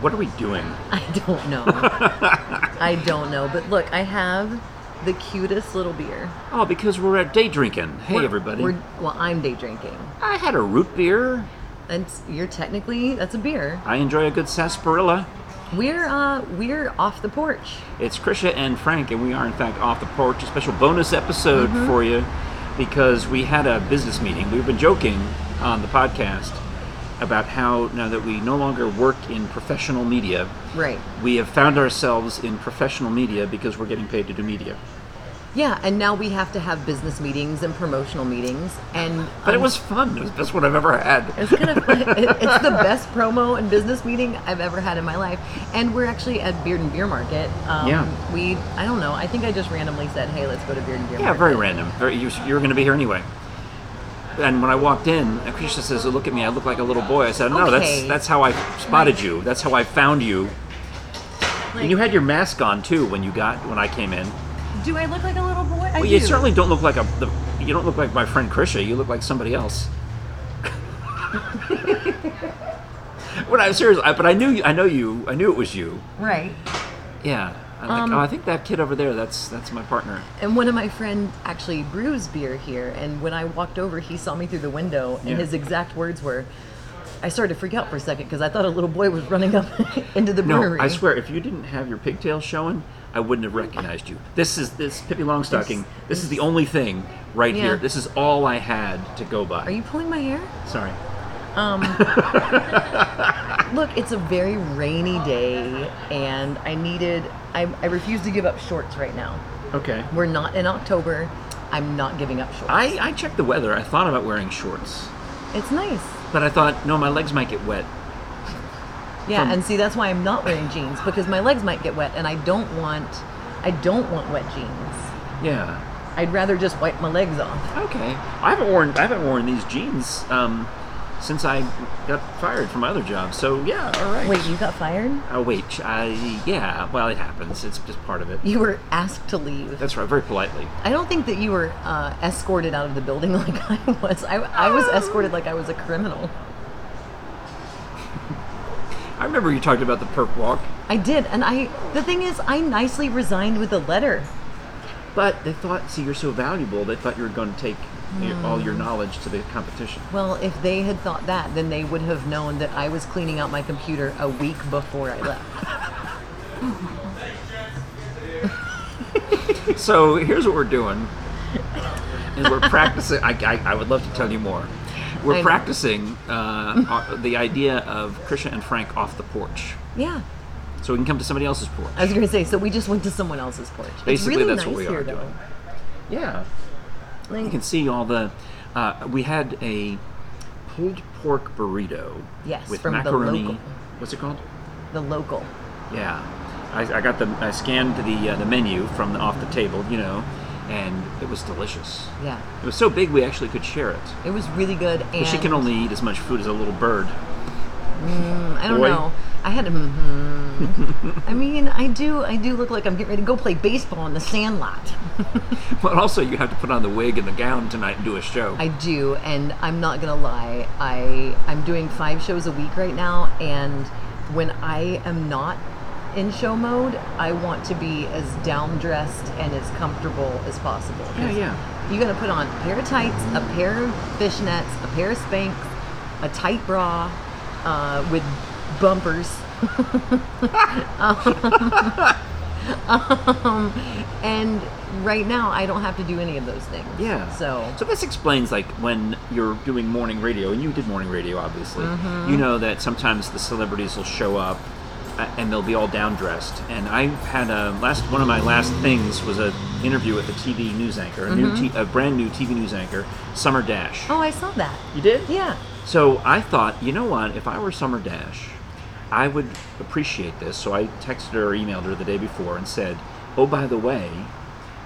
What are we doing? I don't know. I don't know. But look, I have the cutest little beer. Oh, because we're at day drinking. Hey, We're- everybody. We're, well, I'm day drinking. I had a root beer. And s- you're technically, that's a beer. I enjoy a good sarsaparilla. We're uh we're off the porch. It's Krisha and Frank, and we are, in fact, off the porch. A special bonus episode Mm-hmm. for you because we had a business meeting. We've been joking on the podcast about how now that we no longer work in professional media, Right. we have found ourselves in professional media because we're getting paid to do media. Yeah, and now we have to have business meetings and promotional meetings and um, But it was fun. It was the best one I've ever had. It's kind of it- it's the best promo and business meeting I've ever had in my life. And we're actually at Beard and Beer Market. Um, Yeah. We I don't know. I think I just randomly said, "Hey, let's go to Beard and Beer Yeah, Market." very random. Very, you, you were going to be here anyway. And when I walked in, Krisha says, "Look at me! I look like a little boy." I said, "No, that's Okay. that's how I spotted you. That's how I found you." Like, And you had your mask on too when you got when I came in. do I look like a little boy? I Well, do. you certainly don't look like a the, you don't look like my friend Krisha. You look like somebody else. when I'm serious, I, but I knew you- I know you. I knew it was you. right. Yeah. I'm like, Um, oh, I think that kid over there. That's that's my partner. And one of my friends actually brews beer here. And when I walked over, he saw me through the window, and Yeah. his exact words were, "I started to freak out for a second because I thought a little boy was running up into the No, brewery." I swear, if you didn't have your pigtails showing, I wouldn't have recognized you. This is this Pippi Longstocking. This is the only thing right Yeah. here. This is all I had to go by. Are you pulling my hair? Sorry. Look, it's a very rainy day, and I needed. I, I refuse to give up shorts right now. Okay. We're not in October. I'm not giving up shorts. I I checked the weather. I thought about wearing shorts, it's nice. but I thought no, my legs might get wet. Yeah, From- and see that's why I'm not wearing jeans because my legs might get wet, and I don't want. I don't want wet jeans. Yeah. I'd rather just wipe my legs off. Okay. I haven't worn I haven't worn these jeans um, since I got fired from my other job. So yeah, all right. Wait, you got fired? Oh wait. I yeah. Well, it happens. It's just part of it. You were asked to leave. That's right. Very politely. I don't think that you were uh, escorted out of the building like I was. I, I was escorted like I was a criminal. I remember you talked about the perp walk. I did, and I. The thing is, I nicely resigned with a letter. But they thought, see, you're so valuable. They thought you were going to take your- all Mm. your knowledge to the competition. Well, if they had thought that, then they would have known that I was cleaning out my computer a week before I left. so here's what we're doing: is we're practicing. I, I, I would love to tell you more. I We're know. practicing uh, our- the idea of Krisha and Frank off the porch, yeah, so we can come to somebody else's porch. I was gonna say. So we just went to someone else's porch. it's Basically, really that's nice what we here, are though. doing. Yeah, you Like, can see all the. Uh, we had a pulled pork burrito. Yes, with from the macaroni. local. What's it called? the local. Yeah, I, I got the I scanned the uh, the menu from the, off the table, you know, and it was delicious. Yeah, It was so big we actually could share it. it was really good. And But she can only eat as much food as a little bird. Um, I don't Boy. know. I had a. mhm. I mean, I do. I do look like I'm getting ready to go play baseball in the sandlot. But also, you have to put on the wig and the gown tonight and do a show. I do, and I'm not gonna lie. I I'm doing five shows a week right now, and when I am not in show mode, I want to be as down dressed and as comfortable as possible. 'Cause Yeah, yeah. You're gonna put on a pair of tights, a pair of fishnets, a pair of spanks, a tight bra, uh, with bumpers. um, and right now, I don't have to do any of those things. yeah. So So this explains like when you're doing morning radio, and you did morning radio, obviously. Mm-hmm. You know that sometimes the celebrities will show up, uh, and they'll be all down dressed. And I had a last one of my last things was a interview with a TV news anchor, a new t- a brand new TV news anchor, Summer Dash. Mm-hmm. Oh, I saw that. You did? Yeah. So I thought, you know what? If I were Summer Dash, I would appreciate this. So I texted her or emailed her the day before and said, oh, by the way,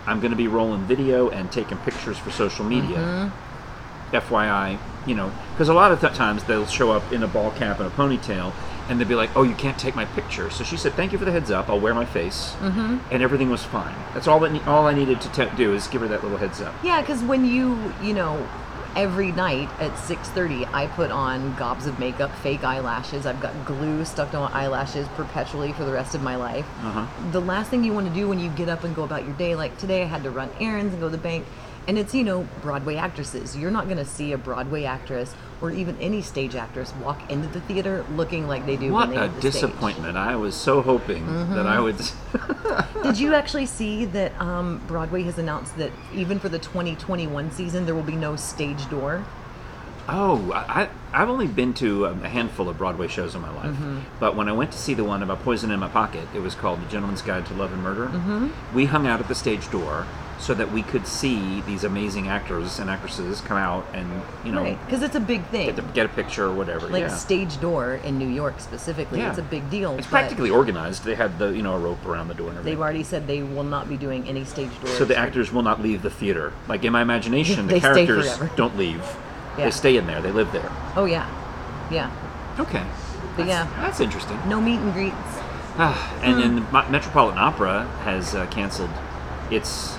I'm going to be rolling video and taking pictures for social media. Mm-hmm. FYI, you know, because a lot of th- times they'll show up in a ball cap and a ponytail and they'll be like, oh, you can't take my picture. So she said, thank you for the heads up. I'll wear my face. Mm-hmm. And everything was fine. That's all, that ne- all I needed to te- do is give her that little heads up. Yeah, because when you, you know, every night at 6.30 i put on gobs of makeup fake eyelashes i've got glue stuck on my eyelashes perpetually for the rest of my life Uh-huh. the last thing you want to do when you get up and go about your day like today i had to run errands and go to the bank and it's you know broadway actresses you're not going to see a broadway actress or even any stage actress walk into the theater looking like they do What when they a hit the stage. disappointment. I was so hoping that I would. Did you actually see that um, Broadway has announced that even for the 2021 season, there will be no stage door? Oh, I, I- I've only been to um, a handful of Broadway shows in my life. Mm-hmm. But when I went to see the one about Poison in My Pocket, it was called The Gentleman's Guide to Love and Murder. Mm-hmm. We hung out at the stage door so that we could see these amazing actors and actresses come out and, you know, Right. Because it's a big thing. get, to, get a picture or whatever. like yeah. stage door in New York specifically, Yeah. it's a big deal. It's but practically organized. They had the, you know, a rope around the door and They've everything. already said they will not be doing any stage doors. so the actors will not leave the theater. Like in my imagination, the They stay characters forever. don't leave. Yeah. They stay in there. They live there. Oh yeah, yeah. Okay. But That's- yeah. That's interesting. No meet and greets. Ah, and then the Mo- Metropolitan Opera has uh, canceled its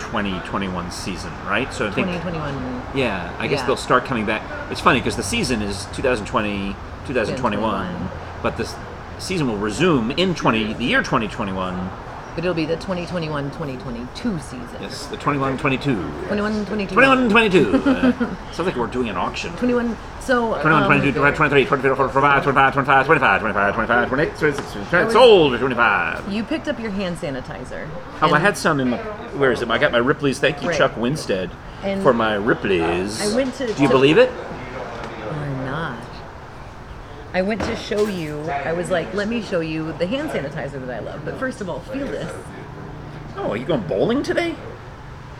2021 season, right? So I think, 2021. yeah, I guess Yeah. they'll start coming back. It's funny because the season is 2020, 2021, 2021. but this season will resume in 20 the year 2021. But it'll be the 2021-2022 season. Yes, the 21 22. 21, 22. 21 22. Uh, sounds like we're doing an auction. 21. So. 21, um, 22, 23, 24, 25, 25, 25, 25, 25, 25, 28, 26, 27, was- sold 25. You picked up your hand sanitizer. Oh, I and- had some in my. Where is it? I got my Ripley's. Thank you, Right. Chuck Winstead, And- for my Ripley's. I went to- Do you believe it? Or not. I went to show you, I was like, let me show you the hand sanitizer that I love. But first of all, feel this. Oh, are you going bowling today?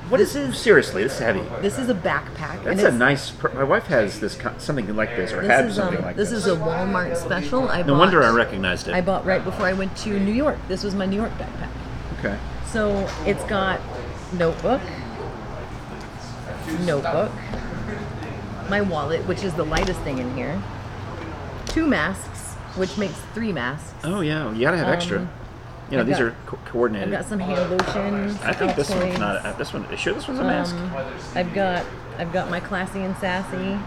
What is This this? is- Seriously, this is heavy. This is a backpack. and That's a it's- nice. Per- my wife has this co- something like this, or This had is, something um, like this this. is a Walmart special. I no bought, wonder I recognized it. I bought right before I went to New York. This was my New York backpack. okay. So it's got notebook, notebook, my wallet, which is the lightest thing in here, two masks, which makes three masks. Oh yeah, you gotta have extra. Um, You know, I've these got- are co- I've coordinated. got some hand lotion. I think this one's Altoids. not. Uh, this one. Sure, this one's a mask. Um, I've got I've got my classy and sassy.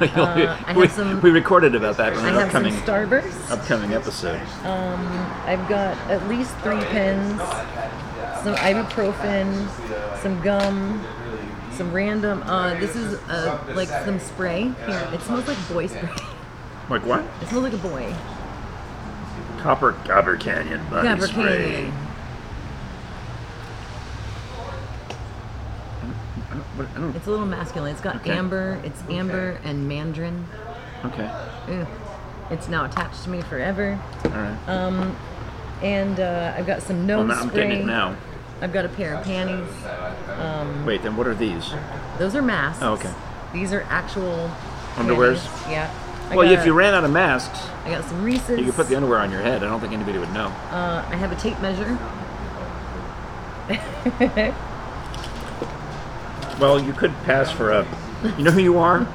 we, I have some- we recorded about that in I an have upcoming some Uh, Starburst. upcoming episode. I've got at least three pins, some ibuprofen, some gum, some random. Uh, this is uh, like some spray. Here, it smells like boy spray. like what? It smells like a boy. Copper Copper Canyon body Gabber spray. Canyon. What- I don't- It's a little masculine. It's got Okay. amber. It's amber and mandarin. okay. Ugh. It's now attached to me forever. All right. Um, and uh, I've got some well, nose now I'm spray. getting it now. I've got a pair of panties. Um, Wait, then what are these? those are masks. Oh, okay. These are actual Underwears? panties. Yeah. I well, got, if you ran out of masks, I got some Reese's. you could put the underwear on your head. I don't think anybody would know. Uh, I have a tape measure. Well, you could pass for a. You know who you are?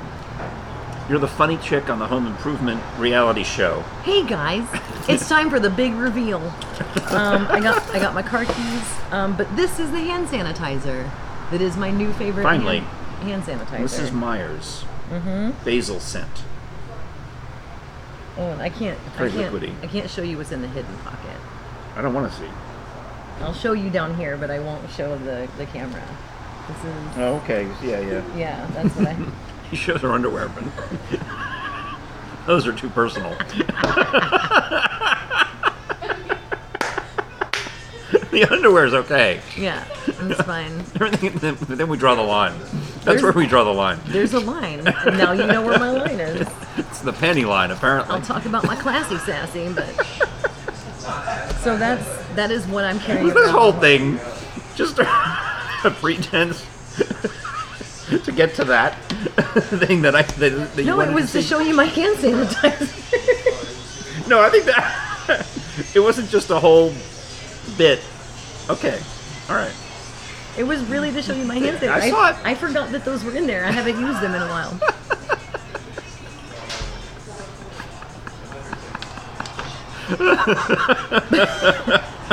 You're the funny chick on the Home Improvement reality show. Hey guys, it's time for the big reveal. Um, I got I got my car keys, um, but this is the hand sanitizer that is my new favorite. Finally. hand, hand sanitizer. Mrs. Myers. Mm-hmm. Basil scent. oh, and I can't I Very can't liquidy. I can't show you what's in the hidden pocket. I don't want to see. I'll show you down here, but I won't show the the camera. This is Oh, okay. Yeah, yeah. yeah, that's what I. He shows her underwear, but those are too personal. the underwear's okay. Yeah, that's fine. Everything, then, then we draw the line. That's There's- where we draw the line. There's a line, and now you know where my line is. It's the penny line, apparently. I'll talk about my classy sassy, but so that's that is what I'm carrying. this around. whole thing just a pretense to get to that thing that I that, that you No, wanted it was to see. show you my hand sanitizer. No, I think that it wasn't just a whole bit. Okay, all right. it was really to show you my hand sanitizer. I saw it. I forgot that those were in there. I haven't used them in a while.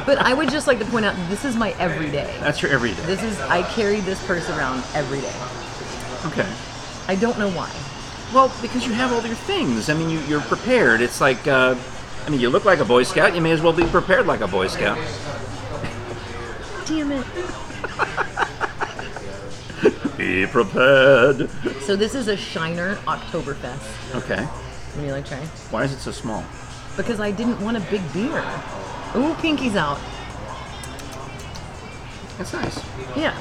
but I would just like to point out this is my everyday. That's your everyday. This is I carry this purse around every day. Okay. I don't know why. Well, because you have all your things. I mean, you, you're prepared. It's like, uh, I mean, you look like a Boy Scout. You may as well be prepared like a Boy Scout. Damn it. Be prepared. So this is a Shiner Oktoberfest. Okay. Would you like to try? Why is it so small? Because I didn't want a big beer. Ooh, Pinky's out. That's nice. Yeah.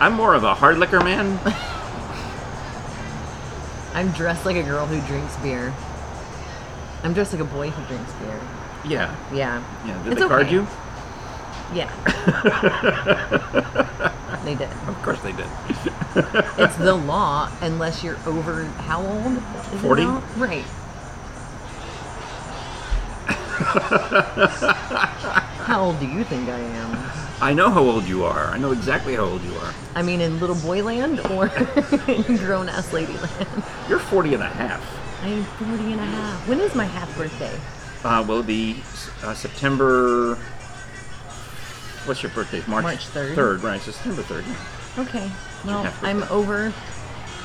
I'm more of a hard liquor man. I'm dressed like a girl who drinks beer. I'm dressed like a boy who drinks beer. Yeah. Yeah. Yeah. Did It's they card okay. you? Yeah. they did. Of course they did. It's the law unless you're over how old? Is it 40? now? Right. how old do you think I am? I know how old you are. I know exactly how old you are. I mean, in little boy land or in grown ass lady land? You're 40 and a half. I'm 40 and a half. When is my half birthday? Uh, will it be uh, September. What's your birthday? March, March 3rd. 3rd, right. So September 3rd. yeah. Okay. Well, half I'm birthday. over.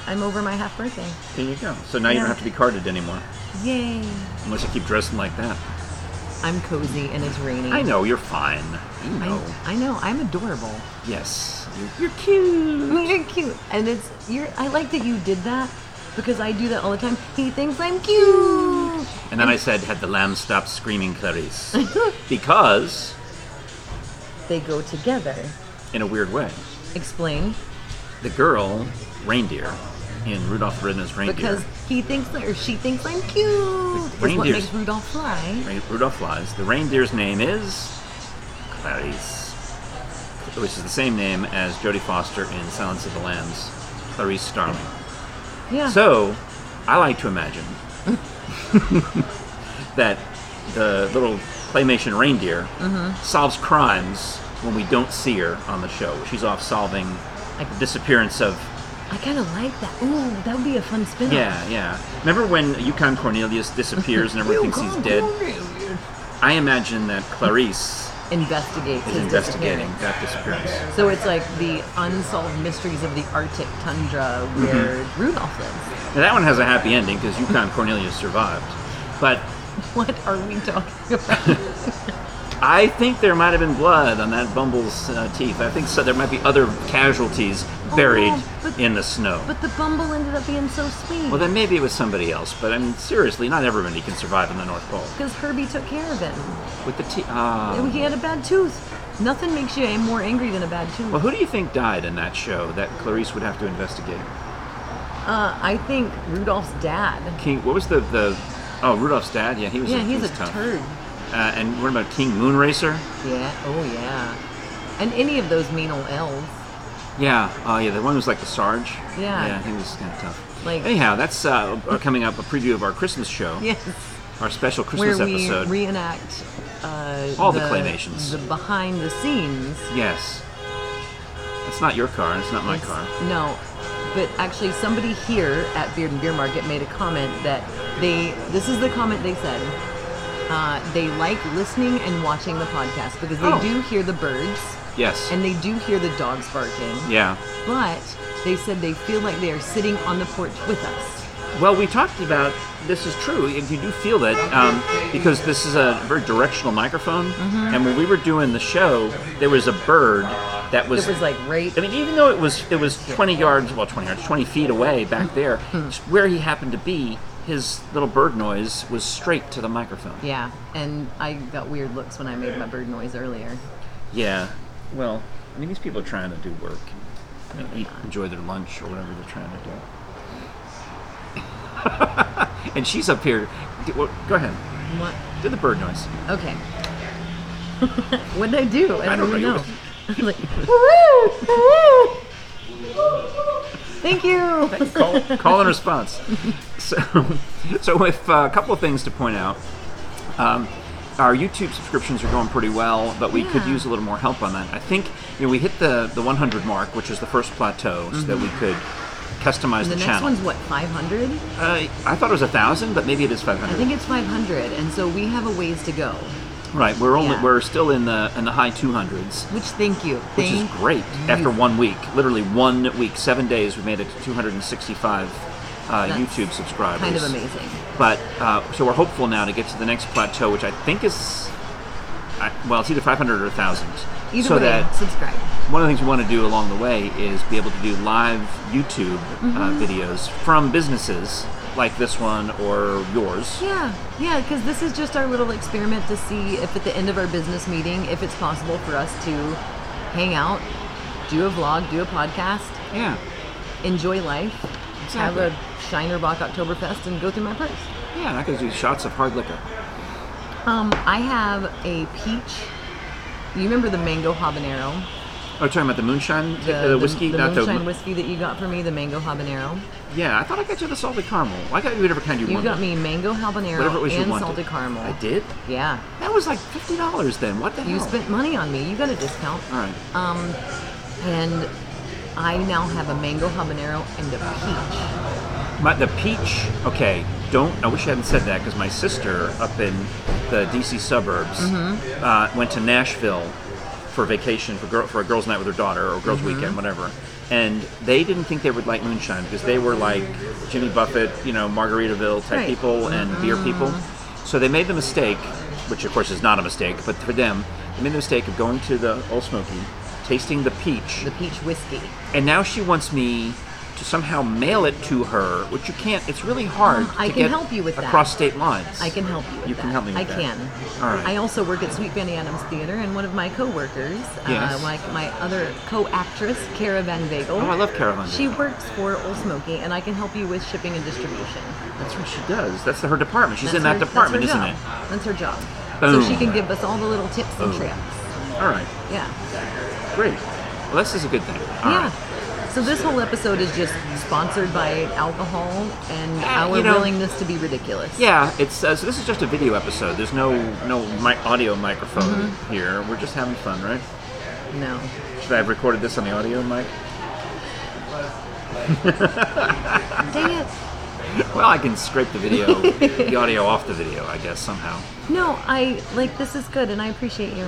I'm over my half birthday. There you go. So now you don't Yeah. have to be carded anymore. Yay! Unless you keep dressing like that. I'm cozy and it's raining. I know, you're fine. You I, know. I know. I'm adorable. Yes. You're, you're cute. You're cute, and it's you're. I like that you did that because I do that all the time. He thinks I'm cute. And then I said, had the lamb stopped screaming, Clarice. because, They go together. in a weird way, Explain. the girl, reindeer, in Rudolph the Red-Nosed Reindeer. Because he thinks that, or she thinks I'm cute. Is what reindeers. makes Rudolph fly. Rein- Rudolph flies. The reindeer's name is Clarice, which is the same name as Jodie Foster in Silence of the Lambs, Clarice Starling. Yeah. So, I like to imagine that the little claymation reindeer solves crimes when we don't see her on the show. She's off solving Like- the disappearance of. I kind of like that. Ooh, that would be a fun spin. Yeah, yeah. Remember when Yukon Cornelius disappears and everyone thinks he's dead? I imagine that Clarice Investigates is his investigating disappearance. that disappearance. So it's like the unsolved mysteries of the Arctic tundra Mm-hmm. where Rudolph lives. Now that one has a happy ending because Yukon Cornelius survived. But What are we talking about? I think there might have been blood on that bumble's uh, teeth. I think so. There might be other casualties buried Oh, but- in the snow. but the bumble ended up being so sweet. well, then maybe it was somebody else. But I mean, seriously, not everybody can survive in the North Pole because Herbie took care of him. with the teeth. Uh, He had a bad tooth. Nothing makes you more angry than a bad tooth. well, who do you think died in that show that Clarice would have to investigate? Uh, I think Rudolph's dad. King, what was the the? Oh, Rudolph's dad. Yeah, he was. Yeah, a, he he's a was tough. turd. Uh, and what about King Moonracer? Yeah. Oh yeah. And any of those mean old elves. Yeah, oh yeah, the one was like the Sarge. Yeah. yeah, he was kind of tough. Like- anyhow, that's uh, uh, coming up a preview of our Christmas show, Yes. our special Where Christmas we episode. reenact uh, All the claymations. the behind the scenes. yes, it's not your car, it's not my It's- car. No, but actually, somebody here at Beard and Beer Market made a comment that they. This is the comment they said. Uh, they like listening and watching the podcast because they Oh. do hear the birds Yes, and they do hear the dogs barking. yeah. But they said they feel like they are sitting on the porch with us. Well, we talked about this is true. If you do feel that, um, because this is a very directional microphone, Mm-hmm. and when we were doing the show, there was a bird that was It was like right. I mean, even though it was it was 20 yards, well, 20 yards, 20 feet away back there, just Mm-hmm. where he happened to be, his little bird noise was straight to the microphone. Yeah, and I got weird looks when I made my bird noise earlier. Yeah. Well, I mean, these people are trying to do work, and eat, enjoy their lunch or whatever they're trying to do. and she's up here. d- Well, go ahead. What? Do the bird noise. Okay. what did I do? I don't, I don't even know. know. I was like, woo, woo. Thank you. call, call and response. So, so if uh, a couple of things to point out, um, our YouTube subscriptions are going pretty well, but we could Yeah. use a little more help on that. I think you know we hit the the 100 mark, which is the first plateau, so that we could customize The the, next channel. one's what, 500? uh, I thought it was a thousand, but maybe it is I 500. think it's 500, and so we have a ways to go. Right, we're only Yeah. we're still in the in the high 200s, Which thank you. which thank is great. you. After one week, literally one week, seven days, we made it to 265 uh, That's YouTube subscribers. Kind of amazing. But uh, so we're hopeful now to get to the next plateau, which I think is, I, well, it's either 500 or 1,000. Either so way, that subscribe. one of the things we want to do along the way is be able to do live YouTube uh, Mm-hmm. videos from businesses like this one or yours. Yeah, yeah, because this is just our little experiment to see if at the end of our business meeting, if it's possible for us to hang out, do a vlog, do a podcast, Yeah, enjoy life, have Exactly. a Shiner Rock Oktoberfest, and go through my purse. yeah, and I could do shots of hard liquor. Um, I have a peach. You remember the mango habanero? Oh, you're talking about the moonshine, uh, the, whiskey, the, not moonshine the. whiskey that you got for me, the mango habanero. Yeah, I thought I got you the salted caramel. I got you whatever kind you, You wanted. got me mango habanero whatever it was and you wanted. salted caramel. I did. Oh. Yeah, That was like fifty dollars then. What the you hell? spent money on me. You got a discount. All right. Um, and I now have a mango habanero and a peach. My, the peach. Okay, don't. I wish I hadn't said that because my sister up in the DC suburbs Mm-hmm. uh, went to Nashville for vacation for girl, for a girls' night with her daughter or Mm-hmm. girls' weekend, whatever. And they didn't think they would like moonshine because they were like Jimmy Buffett, you know, Margaritaville type Right. Mm-hmm. people and beer people. So they made the mistake, which of course is not a mistake, but for them, they made the mistake of going to the Old Smoky, tasting the peach, The peach whiskey. and now she wants me to somehow mail it to her, which you can't. It's really hard. I to can get help you with that. across state lines. I can help you. With You that. can help me. With I that. can. All right. I also work at Sweet Fanny Adams Theater, and one of my coworkers, uh, Yes. like my other co-actress, Cara Van Vagel. oh, I love Caroline. She works for Old Smoky, and I can help you with shipping and distribution. that's what she does. That's her department. She's That's in that her- department, that's her isn't job. it? That's her job. So Boom. she can give us all the little tips and Boom. tricks. it? All right, Yeah. great. Well, this is a good thing. All right. Yeah. So this whole episode is just sponsored by alcohol and Ah, our you know- willingness to be ridiculous. Yeah, it's uh, so. This is just a video episode. There's no no mi- audio microphone Mm-hmm. here. We're just having fun, right? No. Should I have recorded this on the audio mic? Dang it. Well, I can scrape the video, the audio off the video, I guess somehow. No, I like this is good, and I appreciate you.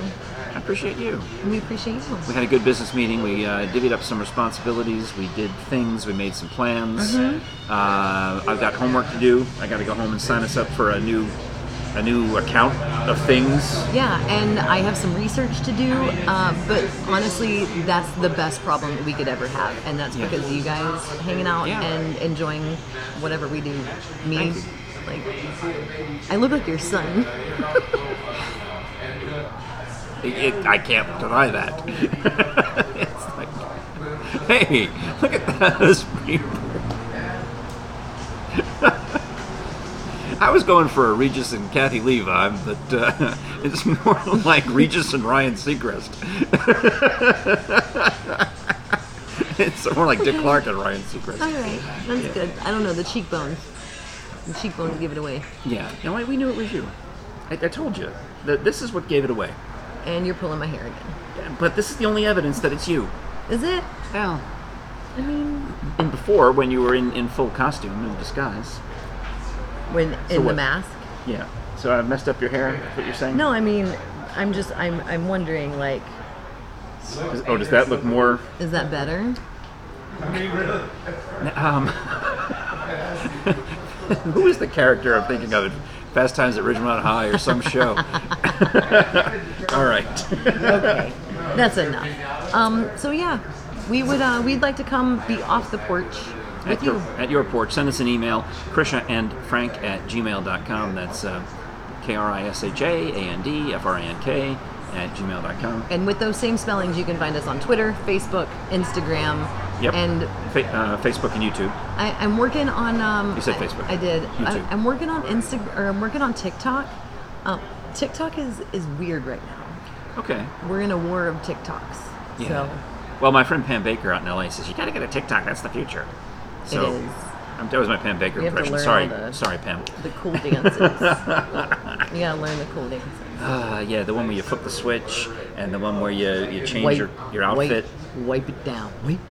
I appreciate you. And we appreciate you. We had a good business meeting. We uh, divvied up some responsibilities. We did things. We made some plans. Uh, I've got homework to do. I got to go home and sign us up for a new, a new account of things. Yeah, and I have some research to do, uh, but honestly, that's the best problem that we could ever have, and that's Yeah. because you guys hanging out Yeah. and enjoying whatever we do. Me, Thank you. like, I look like your son. It, it- I can't deny that. it's like, hey, look at those people. I was going for a Regis and Kathy Lee vibe, but uh, it's more like Regis and Ryan Seacrest. it's more like Dick Clark and Ryan All Seacrest. right, that's good. I don't know the cheekbones. The cheekbones give it away, Yeah, no, I, we knew it was you. I, I told you that this is what gave it away. and you're pulling my hair again. But this is the only evidence that it's you. Is it? Oh. Al. I mean, And before, when you were in, in full costume, in disguise. when in the what? mask? Yeah. So I messed up your hair, is what you're saying? No, I mean, I'm just, I'm, I'm wondering, like, Does- oh, does that look more. is that better? Um, who is the character I'm thinking of? Fast Times at Ridgemont High or some show? All right. Okay, that's enough. Um, so yeah, we would, uh, we'd like to come be off the porch with At your, you. at your porch, send us an email, Krisha and Frank at gmail.com. That's uh, K R I S H A A N D F R A N K at gmail.com. And with those same spellings, you can find us on Twitter, Facebook, Instagram, Yep. and Fa- uh, Facebook and YouTube. I, I'm working on. Um, You said I- Facebook. I, did. You I, too. I'm working on Instagram, or I'm working on TikTok. Um, TikTok is is weird right now. Okay. We're in a war of TikToks. So Well, my friend Pam Baker out in LA says you got to get a TikTok. That's the future. So is. I'm, that was my Pam Baker You have to impression. learn Sorry, all the- sorry, Pam. the cool dances. you gotta learn the cool dances. Uh, yeah, the one where you flip the switch and the one where you, you change your, your Wipe- outfit. Wipe, wipe it down. Wipe